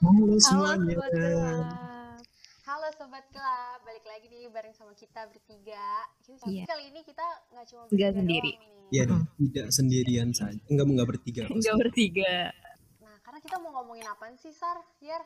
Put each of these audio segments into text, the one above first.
halo Halo semuanya. Sobat Gelap Halo Sobat Gelap Balik lagi nih bareng sama kita bertiga Tapi Iya. kali ini kita nggak cuma Nggak bertiga sendiri. doang nih. Ya, dong, tidak sendirian saja. Enggak, enggak bertiga. Enggak bertiga. Nah karena kita mau ngomongin apaan sih Sar? Yer?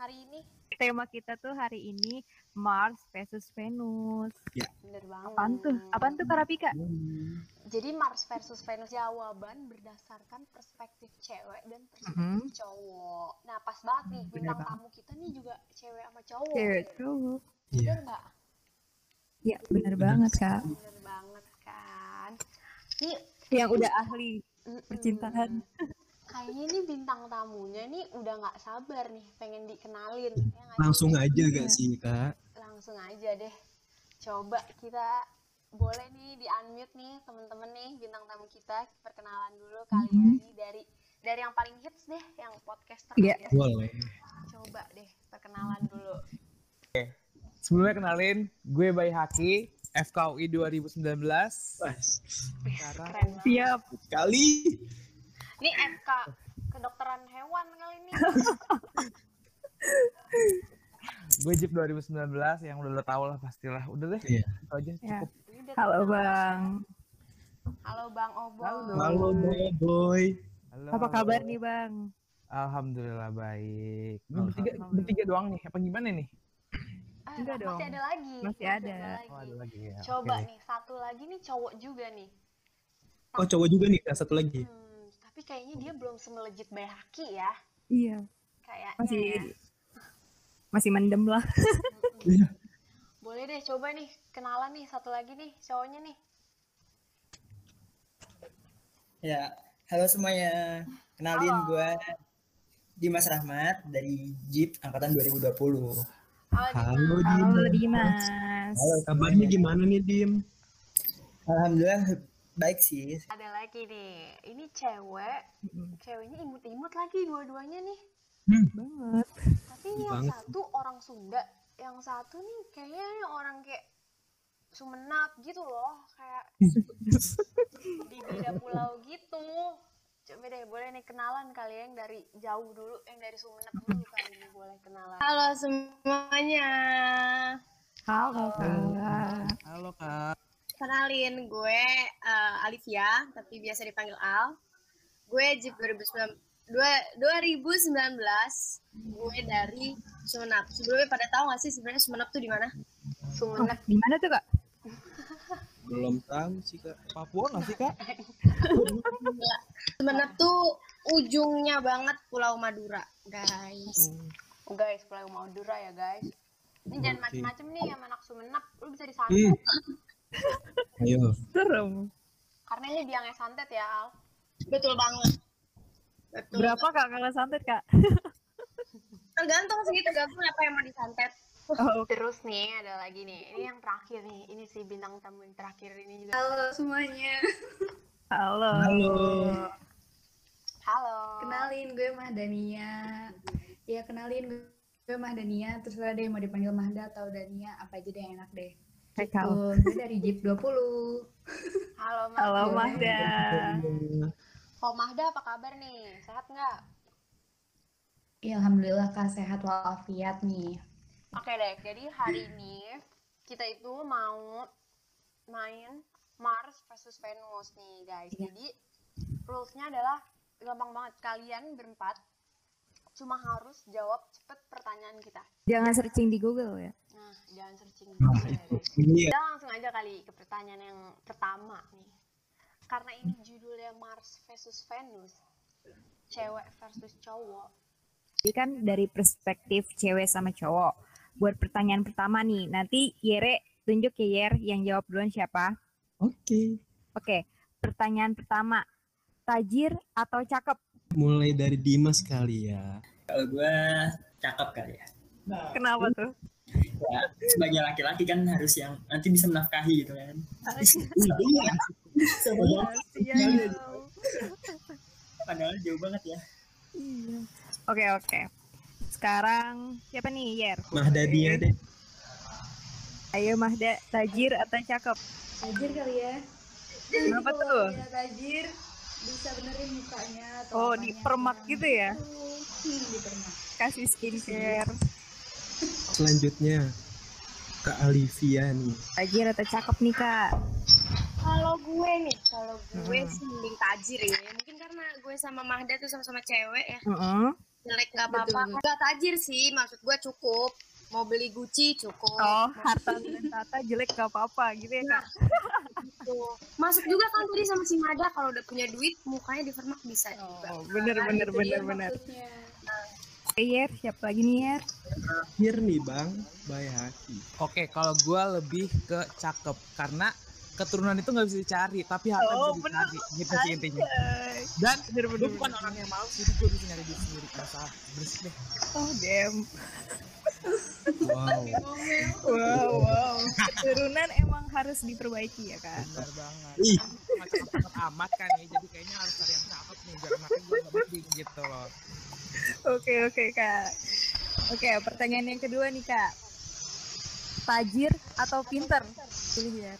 Hari ini? Tema kita tuh hari ini Mars versus Venus. Bener banget Apaan tuh? Apaan tuh Karapika? Hmm. Jadi Mars versus Venus jawaban berdasarkan perspektif cewek dan perspektif Mhm. cowok Nah pas banget nih Bener bintang banget. tamu kita nih juga cewek sama cowok Cewek cowok. Bener Iya. nggak? Ya bener banget kak. Bener banget kan Nih Yang udah ahli. Mm-mm. Percintaan. Kayaknya ini bintang tamunya nih udah nggak sabar nih pengen dikenalin. Ya nggak sih? Langsung aja gak sih, Kak? Langsung aja deh. Coba kita boleh nih di unmute nih temen-temen nih bintang tamu kita perkenalan dulu kali ya Mhm. ini dari dari yang paling hits deh yang podcast Iya. terakhir. Boleh. Coba deh perkenalan dulu. Sebelumnya kenalin, gue Bayi Haki, FKUI 2019. Pas. Wih, Sekarang- keren banget. Siap. Sekali. Ini FK kedokteran hewan kali ini. Gue Jeep 2019 yang udah lo tau lah pastilah. Udah deh, Iya. itu aja Ya. cukup. Ini udah Halo terkenal. bang. Halo Bang Obong. Halo. Halo, boy. boy. Halo. Apa kabar nih bang? Alhamdulillah baik. Gue bertiga, Alhamdulillah. bertiga doang nih, apa gimana nih? Ah, Enggak masih dong. ada lagi. Masih ada. lagi. Oh, ada lagi ya. Coba oke. nih, satu lagi nih cowok juga nih. Oh, cowok juga nih, Kak. Satu Iya. lagi. Hmm, tapi kayaknya dia belum semelejit Bayhaki ya. Iya. Kayaknya ya. Masih masih mendem lah. Mm-mm. Iya. Boleh deh coba nih, kenalan nih satu lagi nih cowoknya nih. Ya, halo semuanya. Kenalin Halo. gue Dimas Rahmat dari JIP angkatan 2020. Halo, Halo, Dimas. Halo Dimas. Dimas. Halo Kabarnya semuanya. gimana nih, Dim? Alhamdulillah baik sih. Ada lagi nih. Ini cewek, Mm-mm. ceweknya imut-imut lagi dua-duanya nih. Banget. Tapi ini yang Banget. satu orang Sunda, yang satu nih kayaknya orang kayak Sumenep gitu loh, kayak di beda pulau gitu. Coba deh, boleh nih kenalan kali ya yang dari jauh dulu, yang dari Sumenep dulu kali ini boleh kenalan. Halo semuanya, Halo kak. Halo kak. kenalin gue eh, Alivia, tapi biasa dipanggil Al. Gue JIP 2019, dua- 2019, gue dari Sumenep. Sebelumnya pada tahu nggak sih sebenarnya Sumenep tuh di mana? Sumenep Di mana Oh, tuh kak? Belum tahu sih, Kak. Papua nggak sih kak? Sumenep tuh ujungnya banget Pulau Madura, guys. Oh, guys, pulau Madura ya guys. Ini jangan Oke. macem-macem nih sama anak Sumenep, lu bisa disantet. Hmm. Ayo. Serem. Karena ini dia yang santet ya Al. Betul banget. Betul. Berapa kak kakak santet kak? Tergantung sih, tergantung apa yang mau disantet. Oh, Terus nih ada lagi nih, ini yang terakhir nih, ini si bintang tamu yang terakhir ini juga. Halo semuanya, halo. Halo. Halo. kenalin gue Mahdania. Ya kenalin gue- gue Mahdania, terserah deh mau dipanggil Mahda atau Dania, apa aja deh yang enak deh. Hai kak. Oh, gue dari JIP 20. Halo Mas. Halo ya. Mahda. Oh Mahda apa kabar nih? Sehat nggak? Ya, Alhamdulillah kak sehat walafiat nih. Oke deh, jadi hari Hmm. ini kita itu mau main Mars versus Venus nih guys. Iya. Jadi rules-nya adalah gampang banget. Kalian berempat cuma harus jawab cepet pertanyaan kita. Jangan searching di Google ya. Nah, jangan searching dulu ya, guys. Iya. Kita langsung aja kali ke pertanyaan yang pertama nih. Karena ini judulnya Mars versus Venus, cewek versus cowok. Jadi kan dari perspektif cewek sama cowok. Buat pertanyaan pertama nih, nanti Yere tunjuk ya Yer yang jawab duluan siapa. Oke. Oke, pertanyaan pertama. Tajir atau cakep? Mulai dari Dimas kali ya. Kalau gue cakep kali ya. Kenapa tuh? Ya, Sebagai laki-laki kan harus yang nanti bisa menafkahi gitu kan. Iya. Padahal- Iya, Padahal jauh banget ya. Oke, oke. Sekarang siapa nih Yer? Mahda dia deh. Ayo Mahda, tajir atau cakep? Tajir kali ya. Kenapa tuh? Iya, tajir. bisa benerin mukanya atau Oh, apanya. dipermak gitu ya? Hmm, dipermak. Kasih skincare. Selanjutnya Kak Alivia nih. Tajir atau cakep nih kak? Kalau gue nih, kalau gue Hmm. sih mending tajir ya. Mungkin karena gue sama Mahda tuh sama-sama cewek ya. Heeh. Jelek gak apa-apa. Betul. Gak tajir sih, maksud gue cukup. Mau beli Gucci cukup. Oh, harta tata jelek gak apa-apa gitu ya kak? Tuh. Gitu. Masuk juga kan tadi sama si Mahda kalau udah punya duit mukanya di Vermak bisa juga. Oh, bener bener Nah, Itu dia bener bener. maksudnya. Oke, Yer, siapa lagi nih Yer? Akhir nih Bang, Bayhaki. Oke, kalau gue lebih ke cakep karena keturunan itu nggak bisa dicari, tapi harta Oh, bisa bener. dicari. Gitu sih intinya. Dan gue bukan orang yang malu, jadi gue bisa nyari diri sendiri. Nggak salah, beres deh. Oh, damn. Wow. Wow, wow. Keturunan emang harus diperbaiki ya kak? Bener banget. Iya. Ih. Cuma cakep amat kan ya, jadi kayaknya harus cari yang cakep nih, biar makin gue nggak banding gitu loh. Oke, oke kak. Oke, pertanyaan yang kedua nih kak. Tajir atau pinter? Pilih Yer.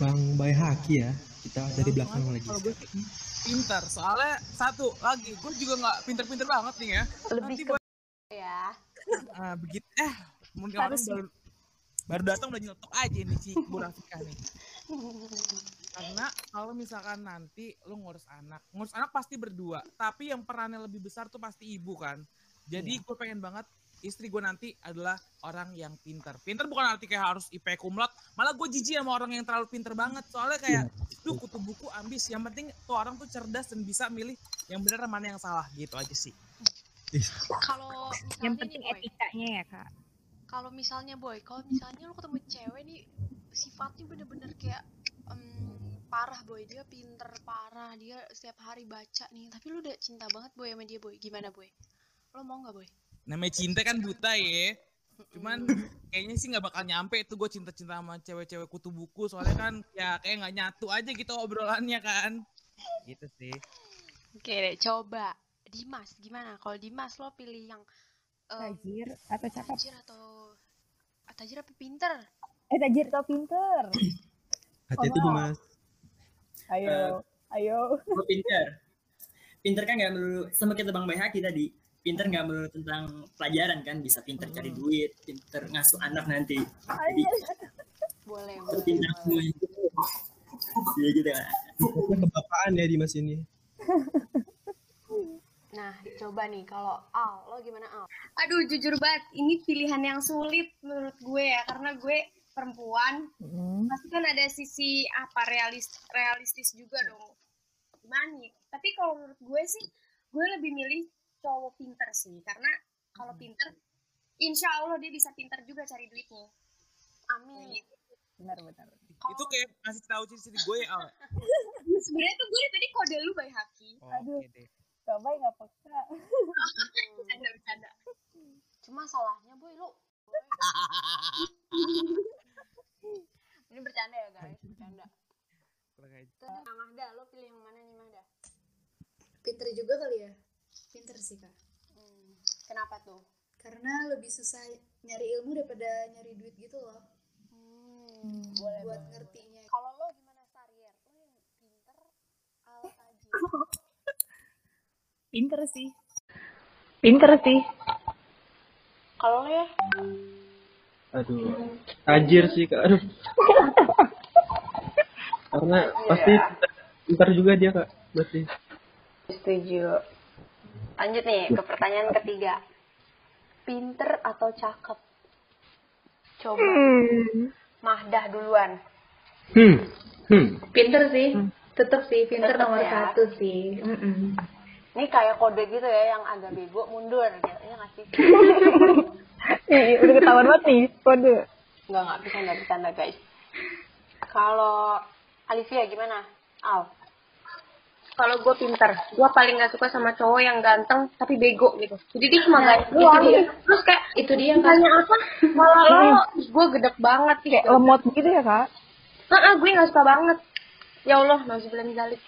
Bang Bayhaki ya. Kita dari belakang lagi. Kalau gue sih hmm, pinter, soalnya satu lagi, gue juga nggak pinter-pinter banget nih ya. Lebih Nanti ke ya Ah, begitu eh mungkin orang Harus- baru, baru datang udah nyelotok aja nih si Bu Rafika nih karena kalau misalkan nanti lu ngurus anak ngurus anak pasti berdua tapi yang perannya lebih besar tuh pasti ibu kan jadi gue pengen banget istri gue nanti adalah orang yang pinter pinter bukan arti kayak harus IP kumlot malah gue jijik sama orang yang terlalu pinter banget soalnya kayak lu kutu buku ambis yang penting tuh orang tuh cerdas dan bisa milih yang benar mana yang salah gitu aja sih kalau misalnya yang nih, penting Boy, etikanya ya kak. kalau misalnya boy kalau misalnya lu ketemu cewek nih sifatnya bener-bener kayak em, parah boy dia pinter parah dia setiap hari baca nih tapi lu udah cinta banget boy sama dia boy gimana boy lo mau nggak boy namanya cinta kan buta ya cuman kayaknya sih nggak bakal nyampe itu gue cinta-cinta sama cewek-cewek kutu buku soalnya kan ya kayak nggak nyatu aja gitu obrolannya kan gitu sih oke deh coba Dimas gimana kalau Dimas lo pilih yang em, Tajir atau cakep? tajir atau ah, tajir apa pinter Eh, tajir atau pinter? Hati-hati Dimas. Ayo, ayo. Gue pinter. Pinter kan nggak melulu sama kita Bang Bayhaki tadi. Pinter nggak melulu tentang pelajaran kan, bisa pinter cari duit, pinter ngasuh anak nanti. Jadi boleh boleh, berpindah boleh. semuanya. Iya gitu kan. Pokoknya kebapaan ya Dimas ini. nah coba nih kalau Al lo gimana Al Aduh jujur banget, ini pilihan yang sulit menurut gue ya. Karena gue perempuan, Hmm. pasti kan ada sisi apa realis realistis juga dong mani tapi kalau menurut gue sih gue lebih milih cowok pinter sih karena kalau Hmm. pinter insya allah dia bisa pinter juga cari duitnya Amin Benar, benar. itu kayak ngasih tahu ciri-ciri gue ya Al Nah, sebenarnya tuh gue dari tadi kode lu by haki Aduh. oke deh Gak baik, gak paksa. bercanda bercanda cuma salahnya boy lu ini bercanda ya guys bercanda Kurang aja. Terus nah, Mahda lo pilih yang mana nih Mahda Pinter juga kali ya. Pinter sih kak. hmm. kenapa tuh Karena lebih susah nyari ilmu daripada nyari duit gitu loh. hmm. buat ngertinya. kalau lo gimana Iya. Sarier lo yang pinter al tajir Pinter sih. kalau lo ya Aduh, tajir sih kak. Aduh. Karena pasti ntar juga dia kak, pasti. setuju lanjut nih ke pertanyaan ketiga pinter atau cakep coba Hmm. Mahdah duluan Hmm, hmm. Pinter sih, tetap sih pinter Tetep nomor ya. satu sih. Mm-mm. ini kayak kode gitu ya yang agak bego mundur gitu ya nggak sih Ih, udah ketahuan banget nih, kode. Enggak, enggak, bercanda, bercanda guys. Kalau Alivia gimana? Al, Kalau gue pinter, gue paling gak suka sama cowok yang ganteng tapi bego gitu. Jadi dia Nah, cuma ganteng gitu dia. Terus kayak itu dia tanya apa? Malah Hmm. lo, gue gedek banget sih. Kayak lemot gitu ya kak? Heeh, gue gak suka banget. Ya Allah, nauzubillah min zalik.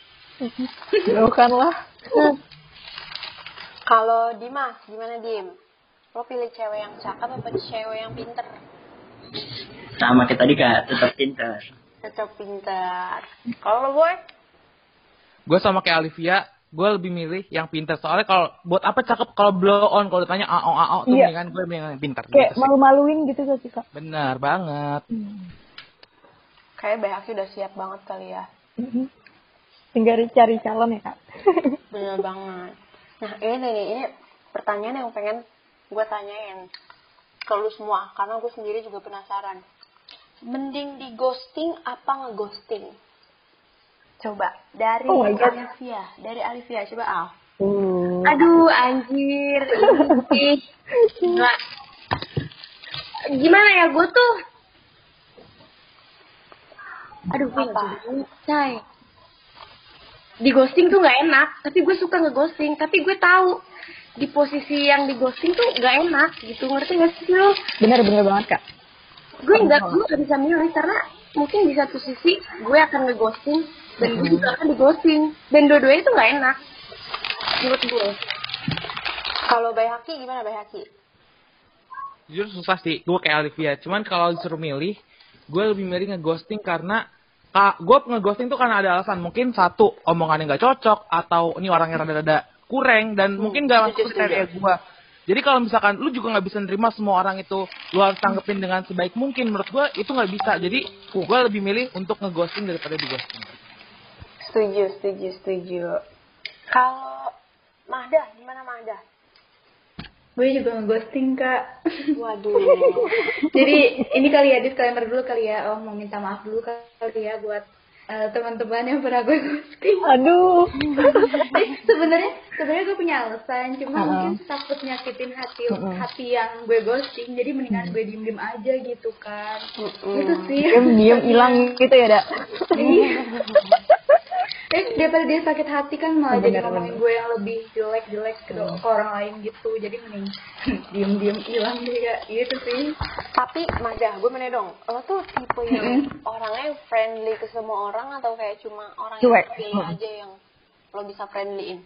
Hmm. kalau Dimas gimana Dim? Lo pilih cewek yang cakep apa cewek yang pinter? Sama kayak tadi kak, tetap pinter. Tetap pinter. Kalau lo boy? Gue sama kayak Olivia, gue lebih milih yang pinter. Soalnya kalau buat apa cakep kalau blow on kalau ditanya AO AO tuh Iya. mendingan gue mendingan yang pinter. Kayak Gitu sih. malu-maluin gitu gak sih kak? Bener banget. Kayak BHQ udah siap banget kali ya. Tinggal cari calon ya kak. Bener banget. Nah ini nih, ini pertanyaan yang pengen gue tanyain ke lu semua. Karena gue sendiri juga penasaran. Mending di ghosting apa ngeghosting? Coba dari Oh my God. Alivia, dari Alivia coba Al. Hmm. Aduh, anjir. Ih, Gila. Gimana ya, gue tuh... Aduh, gue Apa? Say. Di ghosting tuh gak enak, tapi gue suka ngeghosting. Tapi gue tahu di posisi yang di ghosting tuh gak enak gitu. Ngerti gak sih lo? Bener-bener banget kak. Gue gak, gue gak bisa milih karena mungkin di satu sisi gue akan ngeghosting dan gue juga akan dighosting. Dan dua-duanya tuh gak enak. Menurut gue. Kalau Bayhaki gimana Bayhaki? Jujur susah sih, gue kayak Olivia. Cuman kalau disuruh milih, gue lebih milih ngeghosting karena Ka, gue ngeghosting tuh karena ada alasan mungkin satu omongannya nggak cocok atau ini orangnya rada-rada kurang dan mungkin nggak masuk kriteria gue. Jadi kalau misalkan lu juga nggak bisa nerima semua orang itu, lu harus tanggepin dengan sebaik mungkin. Menurut gue itu nggak bisa. Jadi gue lebih milih untuk ngeghosting daripada di ghosting. Setuju, setuju, setuju. Kalau Mahda, gimana Mahda? Gue juga ngeghosting, Kak. Waduh. Jadi ini kali ya disclaimer dulu kali ya. Oh mau minta maaf dulu kali ya buat eh, teman-teman yang pernah gue ghosting. Aduh. Eh, sebenarnya sebenarnya gue punya alasan, cuma Uh-uh. mungkin takut nyakitin hati hati yang gue ghosting. Jadi mendingan gue diem-diem aja gitu kan. Gitu sih. Diam-diam hilang gitu ya dak. Iya. Eh daripada dia sakit hati kan malah jadi Bener, ngomongin gue yang lebih jelek-jelek ke, ke orang lain gitu. Jadi mending diem-diem hilang deh Kak. Gitu sih. Tapi Mahda, gue menanya dong, lo tuh tipe yang orangnya yang friendly ke semua orang atau kayak cuma orang Cuek. yang pilih aja yang lo bisa friendlyin?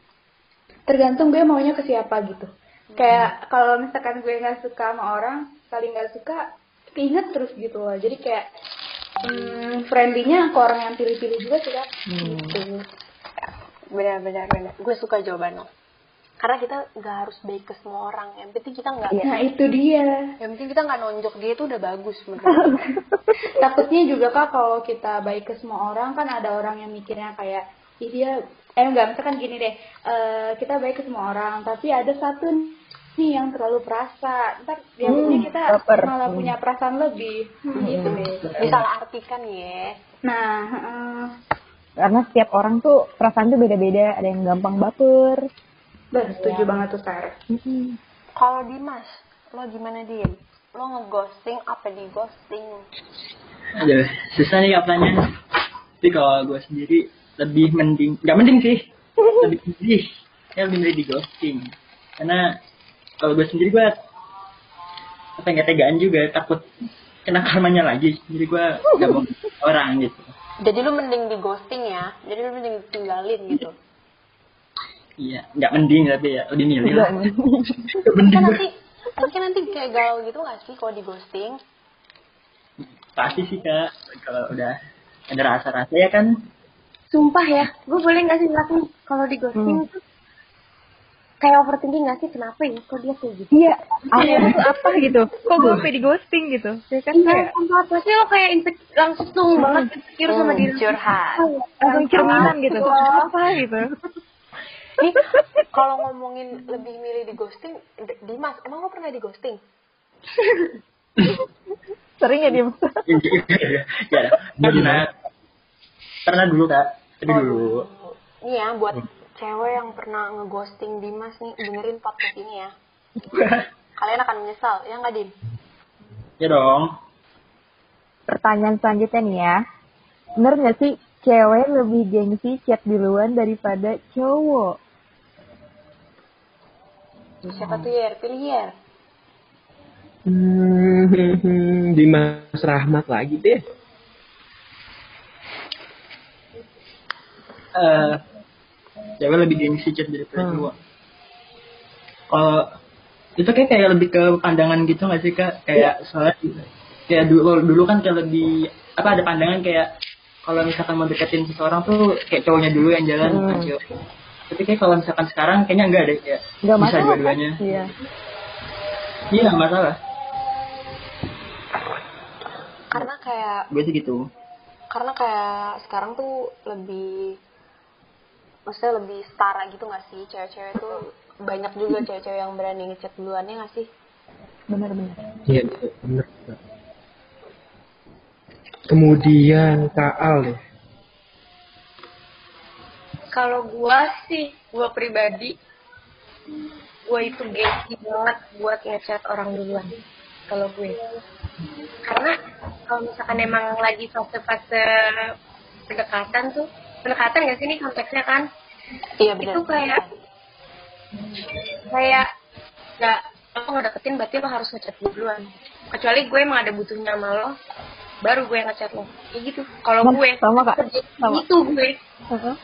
tergantung gue maunya ke siapa gitu kayak kalau misalkan gue nggak suka sama orang paling nggak suka keinget terus gitu loh jadi kayak hmm, friendly-nya ke orang yang pilih-pilih juga sih Kak. gitu Benar-benar, benar. Gue suka jawaban lo. Karena kita nggak harus baik ke semua orang. Yang penting kita nggak, Iya. nah itu dia yang penting kita nggak nonjok dia itu udah bagus menurut gue. takutnya juga kak kalau kita baik ke semua orang kan ada orang yang mikirnya kayak "Ih, dia eh enggak misalkan gini deh eh, kita baik ke semua orang tapi ada satu nih yang terlalu perasa ntar biasanya kita baper. malah punya perasaan lebih Hmm, gitu deh Disalah artikan ya. nah heeh. Karena setiap orang tuh perasaan tuh beda-beda. Ada yang gampang baper. Bener, setuju banget tuh Sar. Mm-mm. Kalau Dimas, lo gimana Dim? Lo ngeghosting apa di ghosting? Aduh, Iya, susah nih kak pertanyaannya. Tapi kalau gue sendiri lebih mending, nggak mending sih, lebih mending, ya lebih mending di ghosting. Karena kalau gue sendiri gue apa nggak tegaan juga, takut kena karmanya lagi. Jadi gue nggak mau orang gitu. Jadi lu mending di ghosting ya? Jadi lu mending ditinggalin gitu? Iya, nggak mending tapi ya lebih milih lah. Nggak Tapi mending kan gue. nanti tapi kan nanti kayak galau gitu gak sih kalau di ghosting Pasti sih kak, kalau udah ada rasa-rasa ya kan Sumpah ya, gue boleh gak sih ngelakuin kalau di ghosting tuh kayak overthinking gak sih kenapa ya kok dia kayak gitu? Iya. Awalnya tuh apa gitu? Kok gue sampai di ghosting gitu? Ya kan Iya, kayak sumpah pasti lo kayak insek- langsung banget insecure sama diri. Hmm, curhat langsung cerminan gitu. Apa gitu? nih kalau ngomongin lebih milih di ghosting D- Dimas emang lo pernah di ghosting Sering ya Dim? Iya, ya, pernah, pernah dulu kak, tapi dulu. nih ya buat cewek yang pernah ngeghosting Dimas nih dengerin podcast ini ya kalian akan menyesal ya nggak Dim Ya dong. Pertanyaan selanjutnya nih ya. Bener gak sih cewek lebih gengsi chat duluan daripada cowok? siapa tuh Yer pilih Yer Hmm, Dimas Rahmat lagi deh. eh cewek lebih gengsi chat daripada Hmm. cowok. Kalau itu kayak kayak lebih ke pandangan gitu nggak Iya. sih kak? Kayak soalnya kayak dulu dulu kan kayak lebih apa ada pandangan kayak kalau misalkan mau deketin seseorang tuh kayak cowoknya dulu yang jalan Hmm. bukan cewek. Tapi kayak kalau misalkan sekarang kayaknya enggak deh ya. Nggak Bisa masalah kan? dua-duanya. Iya. Iya nggak masalah. karena kayak Gue sih gitu. karena kayak sekarang tuh lebih maksudnya lebih setara gitu nggak sih cewek-cewek tuh banyak juga cewek-cewek yang berani ngechat duluannya nggak sih Benar-benar. Iya, benar. Kemudian Kaal ya. Kalau gua sih, gua pribadi, gua itu gengsi banget buat ngechat orang duluan. Kalau gue, karena kalau misalkan emang lagi fase-fase pendekatan tuh, pendekatan gak sih ini konteksnya kan? iya Itu kayak kayak nggak lo mau deketin berarti lo harus ngechat gue duluan. Kecuali gue emang ada butuhnya sama lo, baru gue ngechat lo. Kayak gitu. Kalau Nah, gue, sama, Kak. Sama. itu gue Heeh.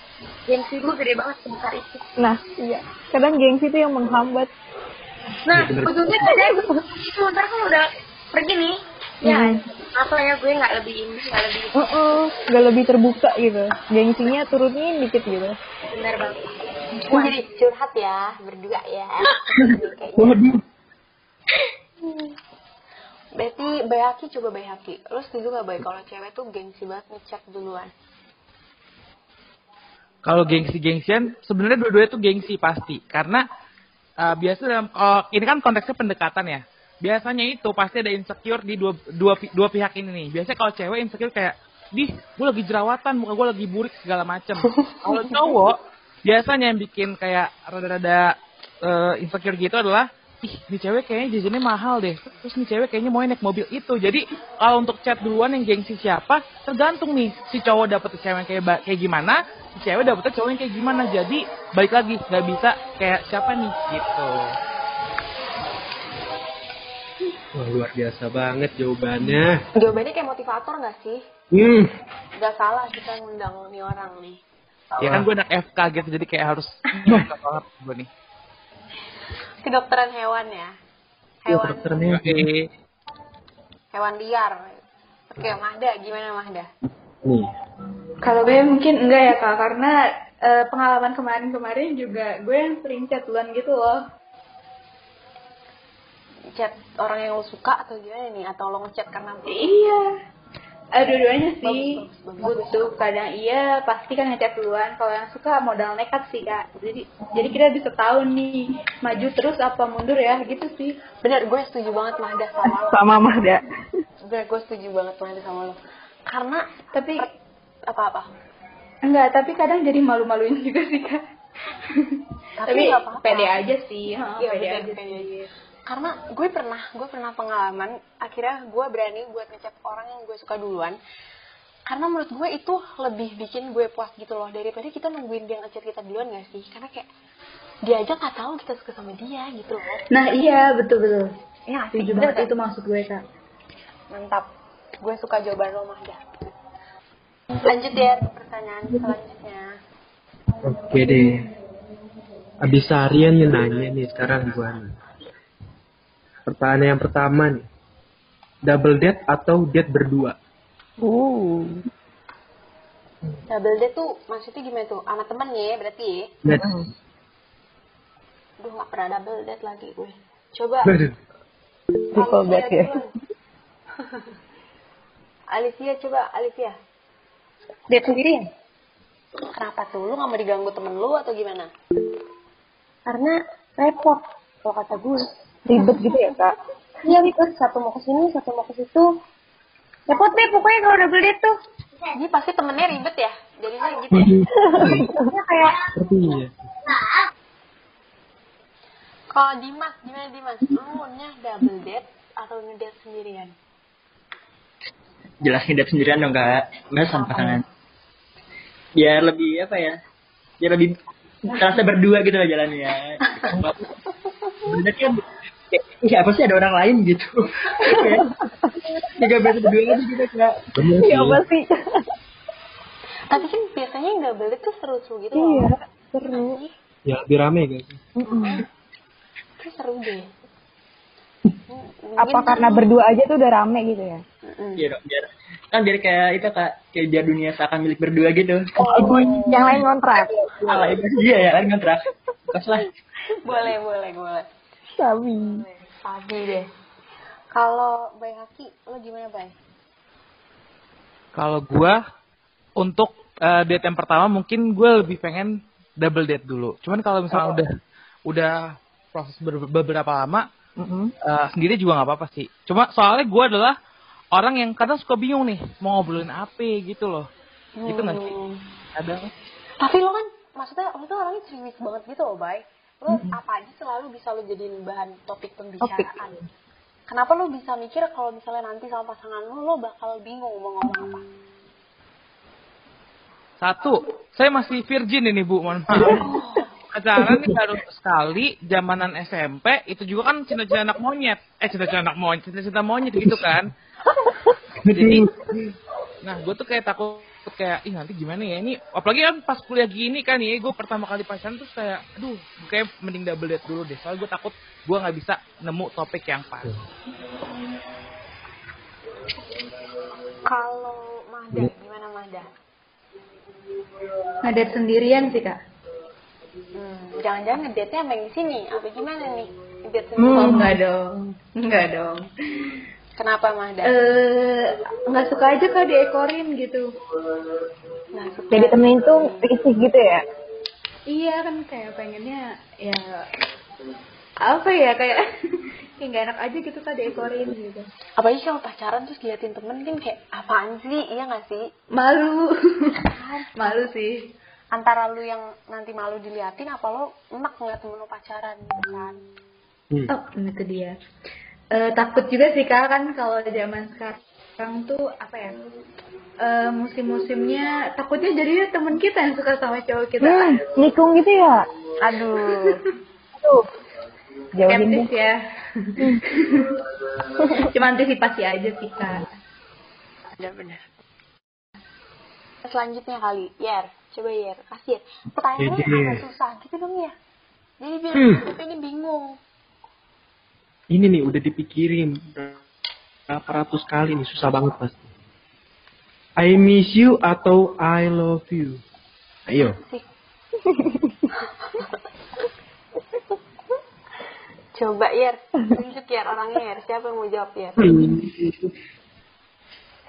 gengsi gue gede banget sebesar itu Nah, iya. Kadang gengsi itu yang menghambat. nah ujungnya kadang itu ntar kan udah pergi nih ya Hmm. apa ya gue nggak lebih ini nggak lebih itu. Heeh, nggak lebih terbuka gitu. Gengsinya turunin dikit gitu. bener banget jadi curhat ya berdua ya Kayaknya. Waduh. berarti Bayaki coba Bayaki lo setuju nggak Bay kalau cewek tuh gengsi banget ngechat duluan Kalau gengsi-gengsian, sebenarnya dua-duanya tuh gengsi pasti. Karena eh, biasa dalam oh, ini kan konteksnya pendekatan ya. Biasanya itu pasti ada insecure di dua dua, pi- dua pihak ini nih. Biasanya kalau cewek insecure kayak, di gue lagi jerawatan, muka gue lagi burik segala macem. kalau cowok biasanya yang bikin kayak rada-rada eh, insecure gitu adalah ih nih cewek kayaknya jajannya mahal deh terus nih cewek kayaknya mau naik mobil itu jadi kalau untuk chat duluan yang gengsi siapa tergantung nih si cowok dapet cewek yang kayak ba- kayak gimana si cewek dapetnya cowok yang kayak gimana jadi balik lagi nggak bisa kayak siapa nih gitu Wah, luar biasa banget jawabannya. jawabannya kayak motivator nggak sih Hmm. nggak salah kita ngundang nih orang nih ya kan gue anak FK gitu jadi kayak harus banget gue nih kedokteran hewan ya Iya, hewan dokternya. Eh, hewan liar oke Mahda gimana Mahda Nih. Kalau gue mungkin enggak ya kak, karena eh, pengalaman kemarin-kemarin juga gue yang sering chat duluan gitu loh. chat orang yang lo suka atau gimana nih atau lo ngechat karena Iya. Aduh, duanya sih Bagus, bagus, bagus. butuh kadang iya pasti kan ngechat duluan kalau yang suka modal nekat sih kak jadi jadi kita bisa tahu nih maju terus apa mundur ya gitu sih bener gue setuju banget Mahda sama lo Sama Mahda. bener gue setuju banget Mahda sama lo karena tapi apa apa enggak tapi kadang jadi malu-maluin juga sih kak tapi, nggak apa-apa. pede aja sih ha, Iya, pede bener, aja pede sih. karena gue pernah gue pernah pengalaman akhirnya gue berani buat ngechat orang yang gue suka duluan karena menurut gue itu lebih bikin gue puas gitu loh daripada kita nungguin dia ngechat kita duluan gak sih karena kayak dia aja gak tahu kita suka sama dia gitu loh nah iya betul betul ya setuju banget itu maksud gue kak Mantap. Gue suka jawaban lo, Mahda. Lanjut ya ke pertanyaan selanjutnya. Oke deh. Abis seharian nih nanya nih sekarang gua nih. Pertanyaan yang pertama nih. Double date atau date berdua? Uh. Double date tuh maksudnya gimana tuh? Sama temen ya berarti ya? Date. Duh, gak pernah double date lagi gue. Coba. Waduh. Triple date ya. duluan. Alicia, coba Alicia. dia sendiri ya Kenapa tuh? Lu gak mau diganggu temen lu atau gimana? karena repot kalau kata gue Ribet gitu ya, Kak. iya terus satu mau ke sini satu mau ke situ repot deh pokoknya kalau double date tuh Ini pasti temennya ribet ya? Jadinya gitu ya? Pokoknya kayak Seperti ya. Kalau Dimas, gimana Dimas? Lu maunya double date atau ngedate sendirian? Jelas ngedap sendirian dong kak. Nggak sama pasangan. Biar lebih apa ya? Biar lebih terasa berdua gitu lah jalannya. Bener kan? Kayak, Ih, apa sih ada orang lain gitu? Tiga belas berdua lagi gitu kak. Bener sih. Iya apa sih? Tapi kan biasanya yang double date tuh seru-seru gitu loh. Iya, seru. Ya lebih rame gak sih? Kayak seru deh. Apa karena berdua aja tuh udah rame gitu ya? Mm-mm. Iya dong. Biar. kan biar kayak itu kak kayak biar dunia seakan milik berdua gitu Yang lain ngontrak. Alah, itu dia ya kan kontrak kos lah boleh, boleh, boleh. Sabi. Sabi deh. Kalau Bay Haki, lo gimana Bay? Kalau gua untuk eh, date yang pertama mungkin gua lebih pengen double date dulu. Cuman kalau misalnya udah udah proses ber- beberapa lama eh, sendiri juga nggak apa-apa sih. Cuma soalnya gua adalah orang yang kadang suka bingung nih mau ngobrolin apa gitu loh. Gitu nggak sih? Kadang. Tapi lo kan, maksudnya lo tuh orangnya serius banget gitu loh Bay. Lo apa aja selalu bisa lo jadiin bahan topik pembicaraan. Kenapa lo bisa mikir kalau misalnya nanti sama pasangan lo, lo bakal bingung mau ngomong apa? Satu, saya masih virgin ini Bu, mohon maaf. Pacaran nih baru sekali, zamanan SMP, itu juga kan cinta-cinta anak monyet. Eh, cinta-cinta anak monyet, cinta-cinta monyet gitu kan. Jadi, nah gue tuh kayak takut kayak, ih nanti gimana ya ini. Apalagi kan pas kuliah gini kan ya, gue pertama kali pacaran tuh kayak, aduh, gue kayak mending double date dulu deh. Soalnya gue takut gue nggak bisa nemu topik yang pas. Kalau Mahda, gimana Mahda? Ngedate sendirian sih kak. Hmm, jangan-jangan ngedate-nya sama yang di sini, apa gimana nih? Ngedate sendiri. Hmm, enggak dong, enggak dong. Kenapa Mahda? Eh, nggak suka aja kak diekorin gitu. Jadi temenin tuh risih gitu ya. Iya kan kayak pengennya ya apa ya kayak kayak nggak enak aja gitu kak diekorin gitu. Apalagi kalau pacaran terus diliatin temen kan kayak apaan sih, iya gak sih? Malu, malu sih. Antara lu yang nanti malu diliatin apa lo enak ngeliat temen lo pacaran gitu kan? Iya. Oh, itu dia. Eh, takut juga sih kak kan kalau zaman sekarang tuh apa ya? eh, musim-musimnya takutnya jadinya temen kita yang suka sama cowok kita. Hmm, nikung gitu ya. Aduh. Aduh. Jauhin deh. Hmm. Skeptis ya. Cuma antisipasi aja sih kak. Benar-benar. Iya, Selanjutnya kali, Yer. Coba Yer, Ah, kasih Yer. Pertanyaannya Jadi- agak susah gitu dong ya. Jadi biar Hmm. kita ini bingung. Ini nih udah dipikirin berapa ratus kali nih susah banget pasti. I miss you atau I love you. Ayo. Coba Yer, tunjuk Yer orangnya Yer. Siapa yang mau jawab Yer?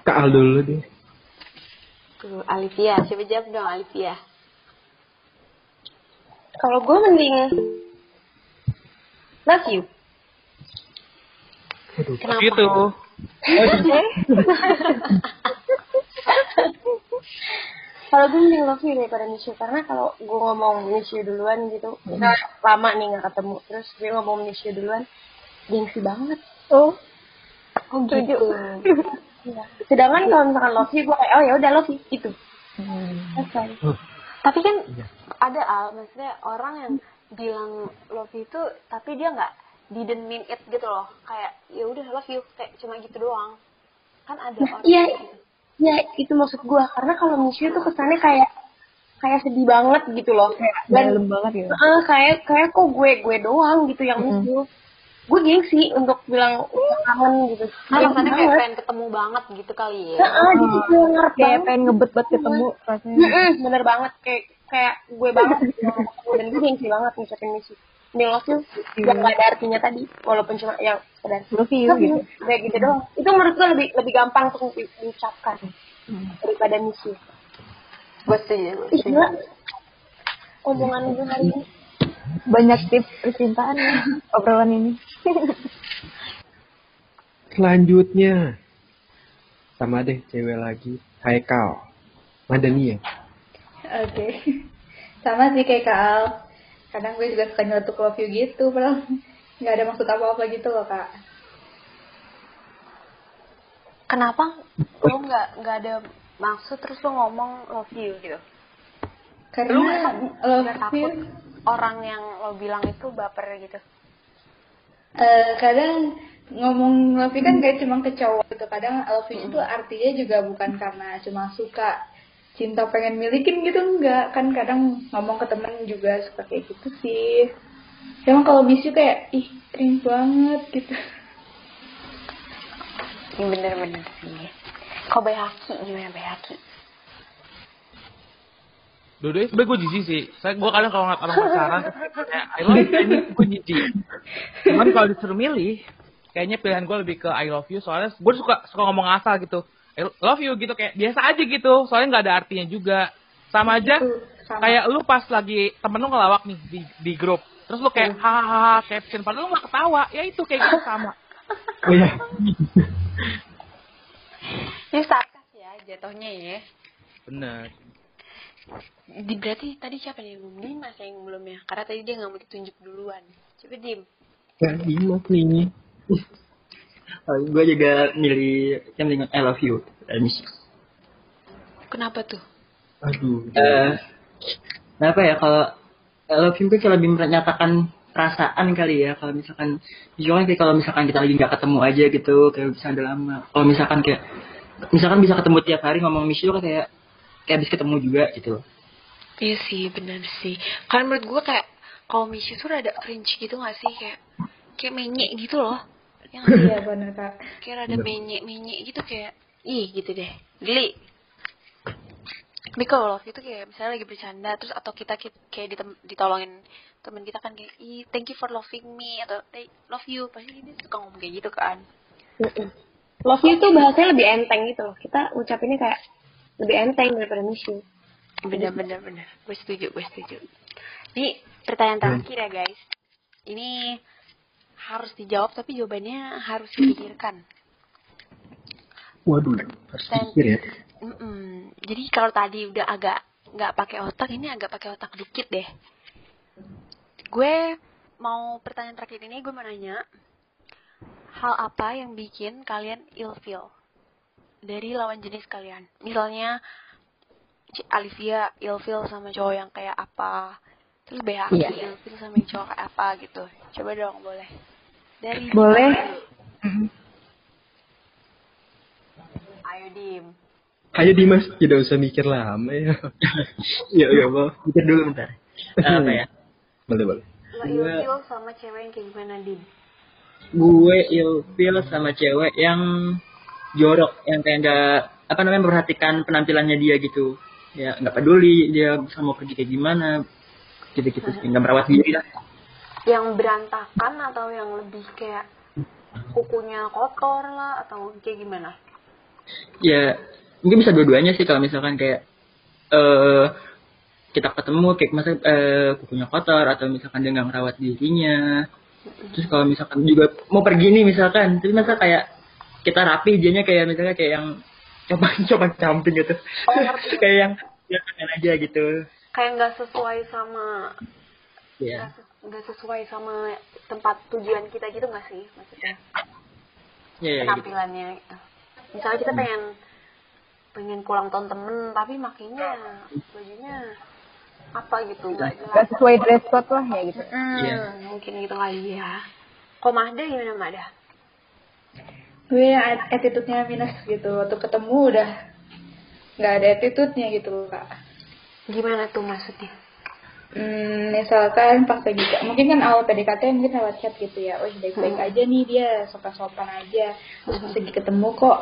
Kak Al dulu deh. Tuh, Alivia, coba jawab dong Alivia. Kalau gue mending love you. Kenapa? Gitu. Kalau gue mending love you daripada miss you karena kalau gue ngomong miss you duluan gitu, kita lama nih nggak ketemu, terus gue ngomong miss you duluan, gengsi banget. Oh, oh gitu. Iya. Sedangkan kalau misalkan love you, gue kayak oh ya udah love you gitu. Selesai. Hmm. Tapi kan ada Al, maksudnya orang yang bilang love you itu tapi dia nggak didn't mean it gitu loh. Kayak ya udah love you kayak cuma gitu doang. Kan ada orang. Iya, iya itu maksud gue karena kalau miss you tuh kesannya kayak kayak sedih banget gitu loh kayak Iya, dalam banget ya. Heeh, kayak kayak kok gue gue doang gitu yang miss you. Gue gengsi untuk bilang kangen gitu. Kan rasanya kayak banget. pengen ketemu banget gitu kali ya. Heeh, jadi Oh. gue ngarep Kayak banget. pengen ngebet buat ketemu rasanya. Heeh, bener banget kayak kayak gue banget gitu yang mau ketemu. dan gue gengsi banget ngucapin miss you. Mending love you Iya. yang gak ada artinya tadi walaupun cuma yang sekedar Love you love you, gitu. kayak gitu doang. Itu menurut gue lebih lebih gampang untuk di- diucapkan Hmm. daripada miss you. Gue setuju. Ih, gila. Omongan gue hari ini Banyak tips percintaan ya, obrolan ini. Selanjutnya sama deh cewek lagi Haikal Madania. Oke. Sama sih kayak Kak Al. Kadang gue juga suka nyeletuk love you gitu, padahal nggak ada maksud apa-apa gitu loh, Kak. Kenapa lo nggak nggak ada maksud terus lo ngomong love you gitu? Karena eh, lo takut orang yang lo bilang itu baper gitu. eh, kadang ngomong love you kan gak cuma ke cowok gitu. Kadang love Hmm. you itu artinya juga bukan karena cuma suka cinta pengen milikin gitu enggak kan kadang ngomong ke temen juga suka kayak gitu sih emang kalau miss you kayak ih kering banget gitu Bener-bener sih. Kobayaki gimana Kobayaki? Dua-duanya sebenernya gue jijik sih. Saya gue kadang kalau ngeliat orang pacaran, kayak I love you, ini gue jijik. Cuman kalau disuruh milih, kayaknya pilihan gue lebih ke I love you. Soalnya gue suka suka ngomong asal gitu. I love you gitu kayak biasa aja gitu. Soalnya nggak ada artinya juga. Sama aja kayak lu pas lagi temen lu ngelawak nih di, di grup. Terus lu Iya. kayak hahaha caption. Padahal lu nggak ketawa. Ya itu kayak gitu sama. Oh iya. Ini sarkas ya jatuhnya ya. Bener. Di, berarti tadi siapa nih yang belum? Dimas yang belum ya? Karena tadi dia nggak mau ditunjuk duluan. Coba Dim. Gak ingat nih. Eh, gue juga milih yang dengan I love you. Anis. Kenapa tuh? Aduh. Eh, kenapa ya kalau I love you itu kayak lebih menyatakan perasaan kali ya kalau misalkan misalkan kayak kalau misalkan kita lagi nggak ketemu aja gitu kayak bisa ada lama kalau misalkan kayak misalkan bisa ketemu tiap hari ngomong miss you kan kayak kayak habis ketemu juga gitu loh Iya sih, benar sih. Karena menurut gue kayak kalau Michi tuh rada cringe gitu gak sih? Kayak kayak menye gitu loh. Ya nggak sih? Iya benar kak. Kayak rada menye-menye gitu kayak ih gitu deh. Geli. Tapi kalau love itu kayak misalnya lagi bercanda terus atau kita ki- kayak ditem- ditolongin temen kita kan kayak ih thank you for loving me atau "I love you pasti dia suka ngomong kayak gitu kan. Love you tuh bahasanya lebih enteng gitu loh. Kita ucapinnya kayak lebih enteng daripada miss you. Bener bener bener. Gue setuju, gue setuju. Ini pertanyaan terakhir ya guys. Ini harus dijawab tapi jawabannya harus dipikirkan. Waduh, harus pikir ya. Mm-mm. Jadi kalau tadi udah agak nggak pakai otak, ini agak pakai otak dikit deh. Gue mau pertanyaan terakhir ini gue mau nanya hal apa yang bikin kalian ilfeel dari lawan jenis kalian? Misalnya C- Alivia ilfeel sama cowok yang kayak apa? Terus BH Iya. ilfeel sama yang cowok kayak apa gitu? Coba dong boleh. Dari Boleh. Mm-hmm. Ayo Dim. Ayo Dimas, tidak usah mikir lama ya. Iya, iya, Bang. Mikir dulu bentar. apa ya? Boleh, boleh. Lo ilfeel sama cewek yang kayak gimana Dim? gue ilfil sama cewek yang jorok yang kayak nggak apa namanya memperhatikan penampilannya dia gitu ya nggak peduli dia sama pergi kayak gimana gitu gitu sih nggak merawat diri lah yang berantakan atau yang lebih kayak kukunya kotor lah atau kayak gimana? ya mungkin bisa dua-duanya sih kalau misalkan kayak eh kita ketemu kayak masa eh, kukunya kotor atau misalkan dia nggak merawat dirinya terus kalau misalkan juga mau pergi nih misalkan tapi masa kayak kita rapi jadinya kayak misalnya kayak yang coba coba camping gitu kayak yang ya pengen aja gitu Kayak nggak sesuai sama ya nggak sesuai sama tempat tujuan kita gitu nggak sih maksudnya ya, ya gitu penampilannya gitu. Misalnya kita pengen pengen pulang tahun temen tapi makinya bajunya apa gitu Gak nggak jelas. sesuai dress code lah ya gitu. Hmm, Iya. mungkin gitu lagi ya. Kok Mahda gimana Mahda? Gue at- attitude-nya minus gitu. Waktu ketemu udah nggak ada attitude-nya gitu loh kak. Gimana tuh maksudnya? Hmm, misalkan pas lagi mungkin kan awal PDKT mungkin lewat chat gitu ya. Oh Hmm. baik-baik aja nih dia, sopan-sopan aja. Terus pas lagi ketemu kok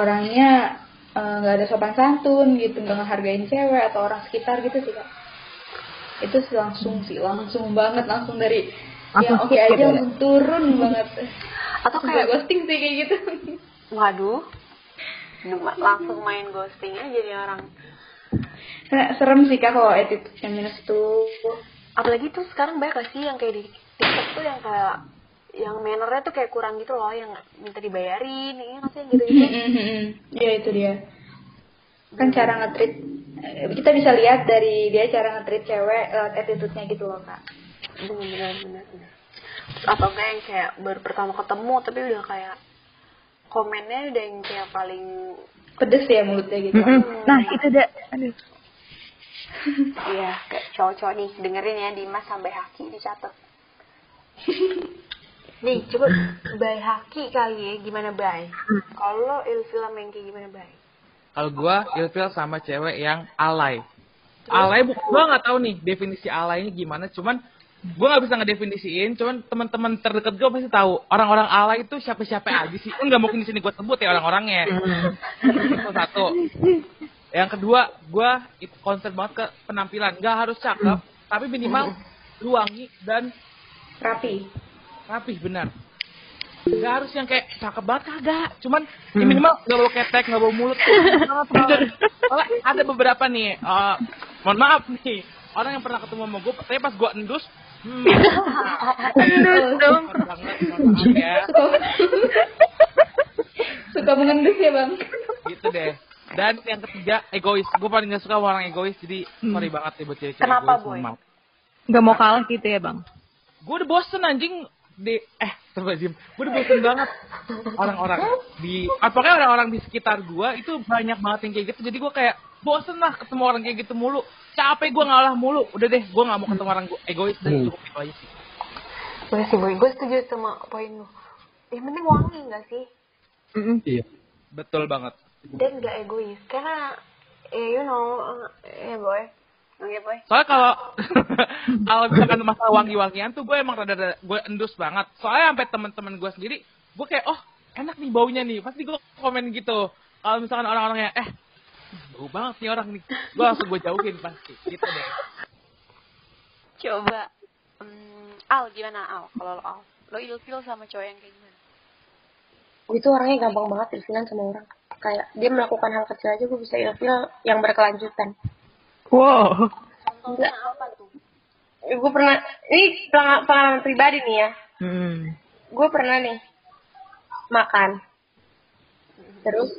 orangnya eh, nggak ada sopan santun gitu, nggak ngehargain cewek atau orang sekitar gitu sih kak. Itu sih langsung sih, langsung banget, langsung dari ya Langsung oke skip aja ya? langsung turun banget. Atau kayak- Nggak ghosting sih kayak gitu. Waduh. Numa- Langsung main ghostingnya jadi orang. Nah, serem sih kak kalau attitude yang minus tuh. Apalagi tuh sekarang banyak gak sih yang kayak di TikTok tuh yang kayak yang mannernya tuh kayak kurang gitu loh, yang minta dibayarin, ya nggak sih yang gitu gitu. Iya itu dia. Kan cara nge-treat eh, kita bisa lihat dari dia cara nge-treat cewek lewat attitude-nya gitu loh kak. Bener bener bener. Atau kayak yang kayak baru pertama ketemu tapi udah kayak komennya udah yang kayak paling Hmm. Pedes ya mulutnya gitu. Nah itu udah. Aduh. iya kayak cowok-cowok nih dengerin ya Dimas sampai haki dicatat. nih coba bay haki kali ya gimana bay? Hmm. Kalau ilfil sama yang kayak gimana bay? Kalau gua ilfil sama cewek yang alay. Alay bu- gua nggak tahu nih definisi alay ini gimana, cuman gue nggak bisa ngedefinisiin, cuman teman-teman terdekat gue pasti tahu orang-orang ala itu siapa-siapa aja sih. Enggak mungkin di sini gue sebut ya orang-orangnya. Itu satu. Yang kedua, gue itu concern banget ke penampilan. Nggak harus cakep, tapi minimal luangi dan rapi. Rapih benar. Nggak harus yang kayak cakep banget kagak, cuman ya minimal nggak bawa ketek, nggak bawa mulut. Soalnya ada beberapa nih, eh, mohon maaf nih, orang yang pernah ketemu sama gue, tapi pas gue endus, hmm, endus dong. ya. Suka mengendus ya bang. gitu deh. Dan yang ketiga, egois. Gue paling gak suka sama orang egois, jadi sorry banget nih buat cewek-cewek Kenapa, egois. Boy? mohon maaf. Gak mau kalah gitu ya bang? gue udah bosen anjing di eh coba Jim gue udah bosen banget orang-orang di ah, pokoknya orang-orang di sekitar gue itu banyak banget yang kayak gitu jadi gue kayak bosen lah ketemu orang kayak gitu mulu capek gue ngalah mulu udah deh gue nggak mau ketemu orang gua- egois dan Hmm. cukup itu aja sih Boleh sih, Boy. Gue setuju sama poin lu. Yang penting wangi gak sih? iya betul banget Dan gak egois. Karena, eh, you know, eh, ya Boy. Oke, Boy. soalnya kalau kalau misalkan masalah wangi-wangian tuh gue emang rada-rada gue endus banget soalnya sampai teman-teman gue sendiri gue kayak oh enak nih baunya nih pasti gue komen gitu kalau misalkan orang-orangnya eh bau banget nih orang nih gue langsung gue jauhin pasti gitu deh Coba. Hmm, Al, gimana Al? Kalau lo Al. Lo ilfil sama cowok yang kayak gimana? Gue itu orangnya gampang banget ilfilan sama orang. Kayak dia melakukan hal kecil aja gue bisa ilfil yang berkelanjutan. Wow. Enggak. Gue pernah, ini pengalaman, pengalaman pribadi nih ya. Hmm. Gue pernah nih makan. Terus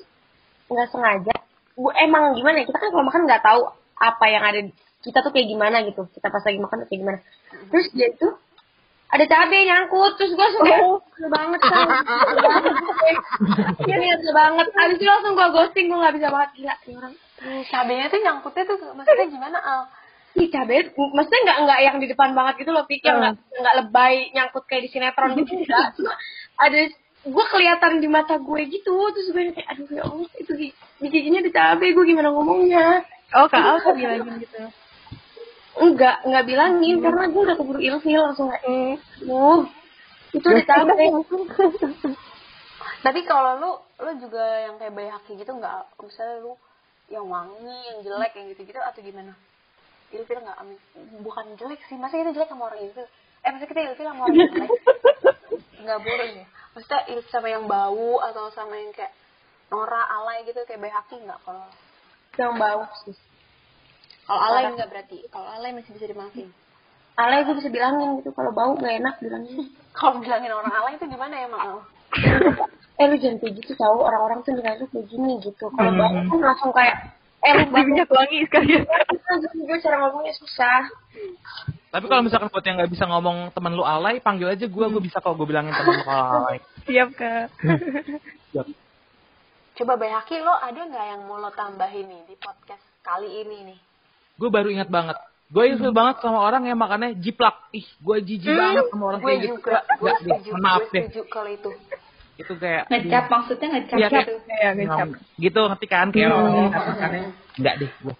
nggak sengaja. Gue emang gimana ya, kita kan kalau makan nggak tahu apa yang ada di- kita tuh kayak gimana gitu. Kita pas lagi makan tuh kayak gimana. Terus dia itu ada cabai nyangkut terus gue langsung kayak, oh kesel banget kan Kesel banget gue. Iya nih, kesel banget abis itu langsung gue ghosting gue nggak bisa banget gila ini orang Hmm, cabenya tuh nyangkutnya tuh maksudnya gimana Al? Ih cabai, maksudnya nggak nggak yang di depan banget gitu loh, pikir nggak Hmm. nggak lebay nyangkut kayak di sinetron gitu enggak. Cuma ada gue kelihatan di mata gue gitu, terus gue kayak aduh ya allah itu di, di giginya ada cabai, gue gimana ngomongnya? Oh, Kak Al tuh bilangin Hmm. gitu. Enggak, nggak bilangin karena gue udah keburu ilfil langsung kayak eh, uh, itu ada cabai. Tapi kalau lu lu juga yang kayak bayi haki gitu nggak? Al? Misalnya lu yang wangi, yang jelek, yang gitu-gitu atau gimana? Ilfil nggak? Amin. Bukan jelek sih, masa kita jelek sama orang ilfil? Eh, masa kita ilfil sama orang jelek? Nggak boleh ya? Maksudnya ilfil sama yang bau atau sama yang kayak Nora alay gitu kayak bayi haki nggak kalau Yang bau sih. kalau alay nggak berarti kalau alay masih bisa dimaafin Alay gue bisa bilangin gitu kalau bau nggak enak bilangin. kalau bilangin orang alay itu gimana ya mak eh lu jangan kayak gitu tahu orang-orang tuh nilai lu kayak gini gitu kalau Hmm. bau kan langsung kayak eh lu banyak wangi sekalian gue cara ngomongnya susah tapi kalau misalkan buat yang nggak bisa ngomong teman lu alay panggil aja gue gue bisa kalau gue bilangin teman lu kalau alay siap kak Siap. coba bayi haki lo ada nggak yang mau lo tambahin nih di podcast kali ini nih gue baru ingat banget gue ilfil banget sama orang yang makannya jiplak ih gue jijik banget sama orang gue kayak gitu juga gue Nggak, nggak, setuju mohon maaf gue deh gitu, setuju kalau itu itu kayak Ngecap maksudnya ngecap Iya, kayak- gitu. gitu ngerti kan kayak Hmm. orang makannya enggak deh gue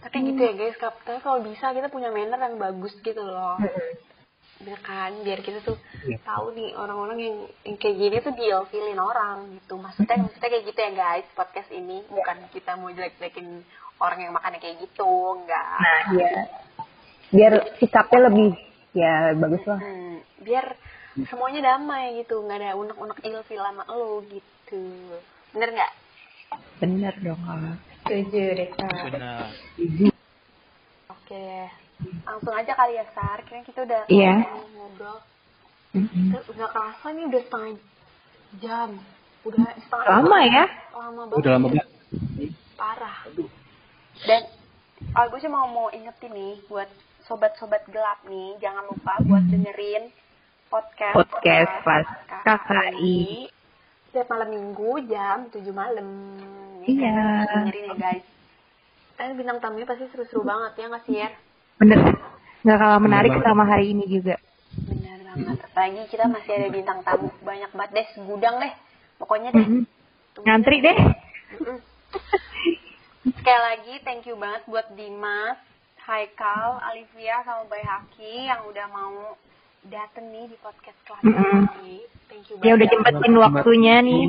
tapi gitu ya guys kap- tapi kalau bisa kita punya manner yang bagus gitu loh Bener kan biar kita tuh Iya. tahu nih orang-orang yang, yang kayak gini tuh diilfilin orang gitu maksudnya maksudnya kayak gitu ya guys podcast ini bukan Iya. kita mau jelek-jelekin orang yang makannya kayak gitu enggak Nah, iya. Biar sikapnya lebih ya bagus lah. Hmm, biar semuanya damai gitu nggak ada unek-unek ilfil sama lo gitu bener nggak Bener dong. Setuju deh kak. benar oke deh. langsung aja kali ya sar kira kita udah Iya. ngobrol Terus nggak kerasa nih udah setengah jam udah setengah Lama ya? lama banget Udah lama banget. parah dan ah, gue cuma mau ingetin nih buat sobat-sobat gelap nih jangan lupa buat dengerin podcast Hmm. Podcast eh, kelas KKI. setiap malam minggu jam 7 malam Ya Iya. kan? dengerin ya guys Eh, bintang tamunya pasti seru-seru Hmm. banget ya nggak sih Yer? Bener. Nggak kalah menarik Bener sama hari ini juga. Benar banget. Apalagi kita masih ada bintang tamu banyak banget deh, segudang deh. Pokoknya deh. Mhm. Ngantri deh. Mm-mm. Sekali lagi thank you banget buat Dimas, Haikal, Alivia, sama Bay Haki yang udah mau dateng nih di podcast Kelacak Mm-mm. lagi. Thank you Ya udah Iya, banget. jempetin waktunya nih.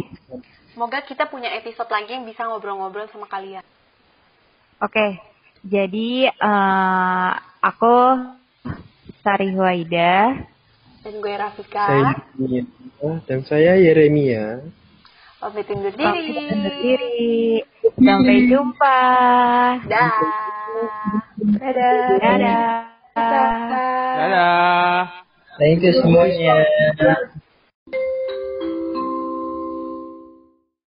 Semoga kita punya episode lagi yang bisa ngobrol-ngobrol sama kalian. Oke, jadi eh, aku Sari Huaida. Dan gue Rafika. Saya Yeremia dan saya Yeremia. Pamit undur diri. Pamit undur diri. Sampai jumpa. Dah. Dadah. Dadah. Dadah. Thank you semuanya.